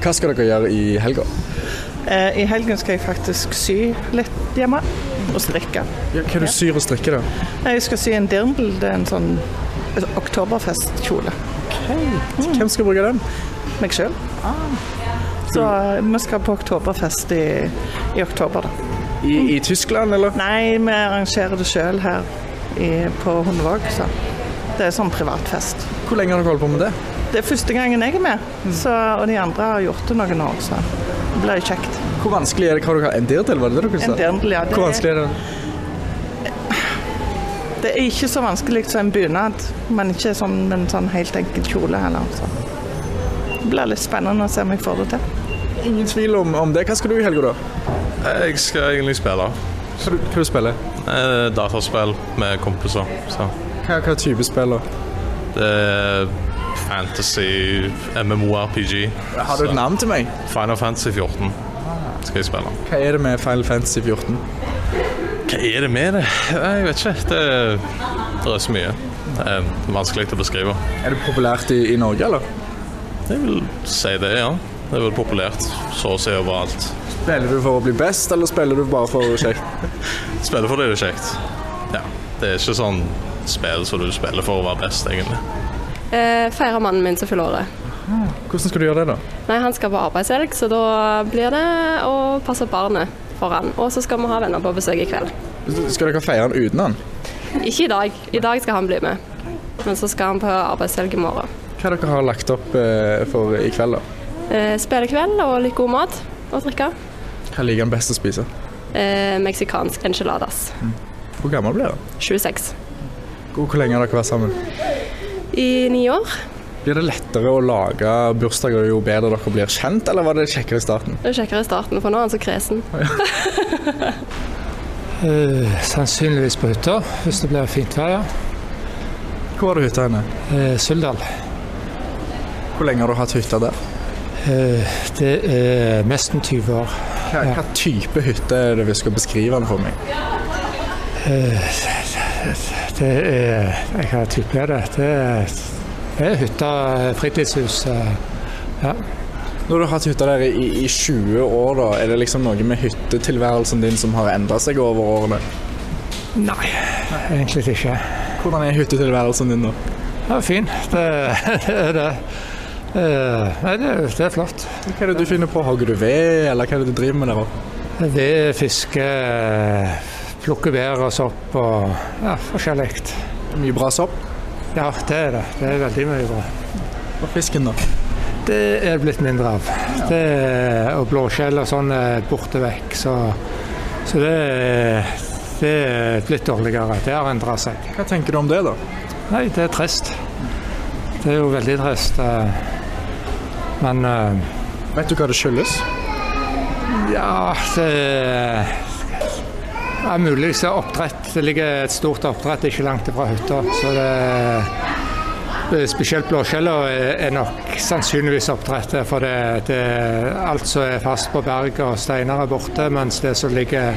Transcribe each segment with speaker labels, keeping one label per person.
Speaker 1: Hva skal dere gjøre i helga?
Speaker 2: Eh, I helgen skal jeg faktisk sy litt hjemme, og strikke.
Speaker 1: Ja, hva er det du syr og strikker, da?
Speaker 2: Jeg skal sy en dirndl. Det er en sånn oktoberfestkjole. Mm.
Speaker 1: Hvem skal bruke den? Ah.
Speaker 2: Meg sjøl. Så eh, vi skal på oktoberfest i, i oktober, da.
Speaker 1: I, i Tyskland, eller?
Speaker 2: Nei, vi arrangerer det sjøl her i, på Hundevåg, så det er sånn privatfest.
Speaker 1: Hvor lenge har dere holdt på med det?
Speaker 2: Det er første gangen jeg er med,
Speaker 1: Mm.
Speaker 2: så, og de andre har gjort det noen år, så det blir kjekt.
Speaker 1: Hvor vanskelig er det? Hva har dere endert til? Var det det dere sa?
Speaker 2: En dirndl, ja. det-
Speaker 1: Hvor vanskelig er det?
Speaker 2: Det er ikke så vanskelig som en bunad, men ikke sånn med en sånn helt enkel kjole heller. Så. Det blir litt spennende å se om jeg får det til.
Speaker 1: Ingen tvil om, om det. Hva skal du i helga, da?
Speaker 3: Jeg skal egentlig spille
Speaker 1: Hva, du, hva du spiller
Speaker 3: eh, dataspill med kompiser. Så.
Speaker 1: Hva, hva type spiller?
Speaker 3: Det er fantasy, MMORPG.
Speaker 1: Har du et navn til meg?
Speaker 3: Final Fantasy 14 skal jeg spille.
Speaker 1: Hva er det med Final Fantasy 14?
Speaker 3: Hva er det med det? Jeg vet ikke. Det, det er så mye. Det er vanskelig å beskrive.
Speaker 1: Er det populært i, i Norge, eller?
Speaker 3: Jeg vil si det, ja. Det er vel populært så å si overalt.
Speaker 1: Spiller du for å bli best, eller spiller du bare for kjekt?
Speaker 3: Spille for det er det kjekt. Ja. Det er ikke sånn spill som du spiller for å være best, egentlig.
Speaker 4: Eh, feirer mannen min som fyller året.
Speaker 1: Hvordan skal du gjøre det, da?
Speaker 4: Nei, han skal på arbeidshelg, så da blir det å passe barnet for han. Og så skal vi ha venner på besøk i kveld.
Speaker 1: Skal dere feire den uten han?
Speaker 4: Ikke i dag. I dag skal han bli med. Men så skal han på arbeidshelg i morgen.
Speaker 1: Hva dere har lagt opp eh, for i kveld, da?
Speaker 4: Eh, Spillekveld og litt god mat og drikke.
Speaker 1: Hva liker han best å spise?
Speaker 4: Eh, meksikansk enchiladas.
Speaker 1: Hvor gammel blir han?
Speaker 4: 26.
Speaker 1: Hvor, hvor lenge har dere vært sammen?
Speaker 4: I ni år.
Speaker 1: Blir det lettere å lage bursdager jo bedre dere blir kjent, eller var det kjekkere i starten?
Speaker 4: Det er kjekkere i starten, for nå er han så kresen.
Speaker 5: Eh, sannsynligvis på hytta, hvis det blir fint vær. ja.
Speaker 1: Hvor var du hytta henne?
Speaker 5: Eh, Suldal.
Speaker 1: Hvor lenge har du hatt hytta der?
Speaker 5: Eh, det er nesten 20 år.
Speaker 1: Hva, hva type hytte er det vi skal beskrive den for meg?
Speaker 5: Det er Jeg har type er det. Det er, det er hytta, eh, fritidshus. eh.
Speaker 1: Når du har hatt hytta der i, i 20 år, da, er det liksom noe med hyttetilværelsen din som har endra seg over årene?
Speaker 5: Nei, egentlig ikke.
Speaker 1: Hvordan er hyttetilværelsen din nå?
Speaker 5: Det er fin. Det, det er det. Eh, nei, det, det er flott.
Speaker 1: Hva er det du finner på? Hogger du ved, eller hva er det du driver med der oppe?
Speaker 5: Ved fiske, eh, plukke bær og sopp og ja, forskjellig.
Speaker 1: Mye bra sopp.
Speaker 5: Ja, det er det. Det er veldig mye bra.
Speaker 1: Og fisken, da?
Speaker 5: Det er blitt mindre av. Det er, og blåskjell og sånn er borte vekk. Så, så det, er, det er blitt dårligere. Det har endra seg.
Speaker 1: Hva tenker du om det, da?
Speaker 5: Nei, det er trist. Det er jo veldig trist. eh. Men eh,
Speaker 1: Vet du hva det skyldes?
Speaker 5: ja, det er ja, muligens er oppdrett. Det ligger et stort oppdrett ikke langt fra hytta. Så det, det er spesielt blåskjella er, er nok sannsynligvis oppdrettet. For det, det alt som er fast på berg og steiner er borte, mens det som ligger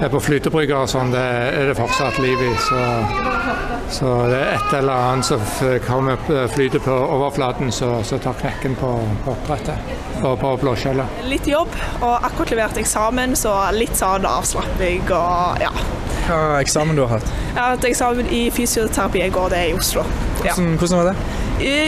Speaker 5: er på flytebrygger og sånn, det er det fortsatt liv i. Så, så det er et eller annet som f- kommer flyter på overflaten, så, så tar knekken på, på oppdrettet og på blåskjella.
Speaker 6: Litt jobb, og akkurat levert eksamen, så litt sånn avslapping og ja.
Speaker 1: Hva eksamen du har hatt?
Speaker 6: Jeg har hatt eksamen i fysioterapi i går, det er i Oslo. Ja.
Speaker 1: Hvordan, hvordan var det?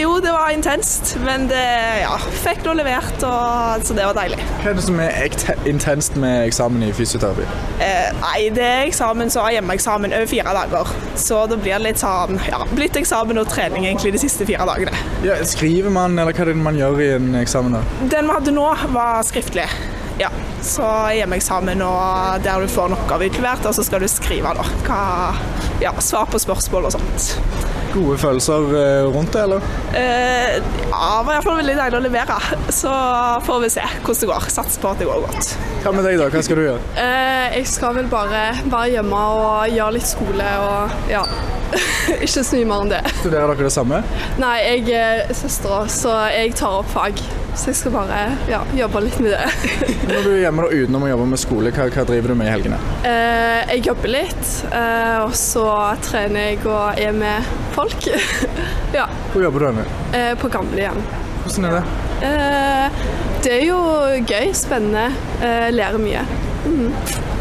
Speaker 6: Jo, det var intenst, men det ja, fikk nå levert, og, så det var deilig.
Speaker 1: Hva er det som er ekte- intenst med eksamen i fysioterapi?
Speaker 6: Eh, nei, det er eksamen som er hjemmeeksamen over fire dager, så det blir litt sånn ja, blitt eksamen og trening egentlig de siste fire dagene.
Speaker 1: Ja, skriver man, eller hva er det man gjør i en eksamen? da?
Speaker 6: Den vi hadde nå, var skriftlig. Ja, så hjemmeeksamen og der du får en oppgave utlevert, og så skal du skrive da. Hva, ja, svar på spørsmål og sånt.
Speaker 1: Gode følelser eh, rundt det, eller?
Speaker 6: Eh, ja, det var iallfall veldig deilig å levere. Så får vi se hvordan det går. Satser på at det går godt.
Speaker 1: Hva med deg, da? Hva skal du gjøre?
Speaker 7: Eh, jeg skal vel bare være hjemme og gjøre litt skole og ja. Ikke så mye mer enn det.
Speaker 1: Studerer dere det samme?
Speaker 7: Nei, jeg er søstera, så jeg tar opp fag. Så jeg skal bare ja, jobbe litt med det.
Speaker 1: Når du er hjemme da, utenom å jobbe med skole, hva, hva driver du med i helgene?
Speaker 7: Eh, jeg jobber litt, eh, og så trener jeg og er med folk. ja,
Speaker 1: Hvor jobber du henne?
Speaker 7: eh, på gamlehjem.
Speaker 1: Hvordan er det?
Speaker 7: Eh, det er jo gøy, spennende, eh, lærer mye.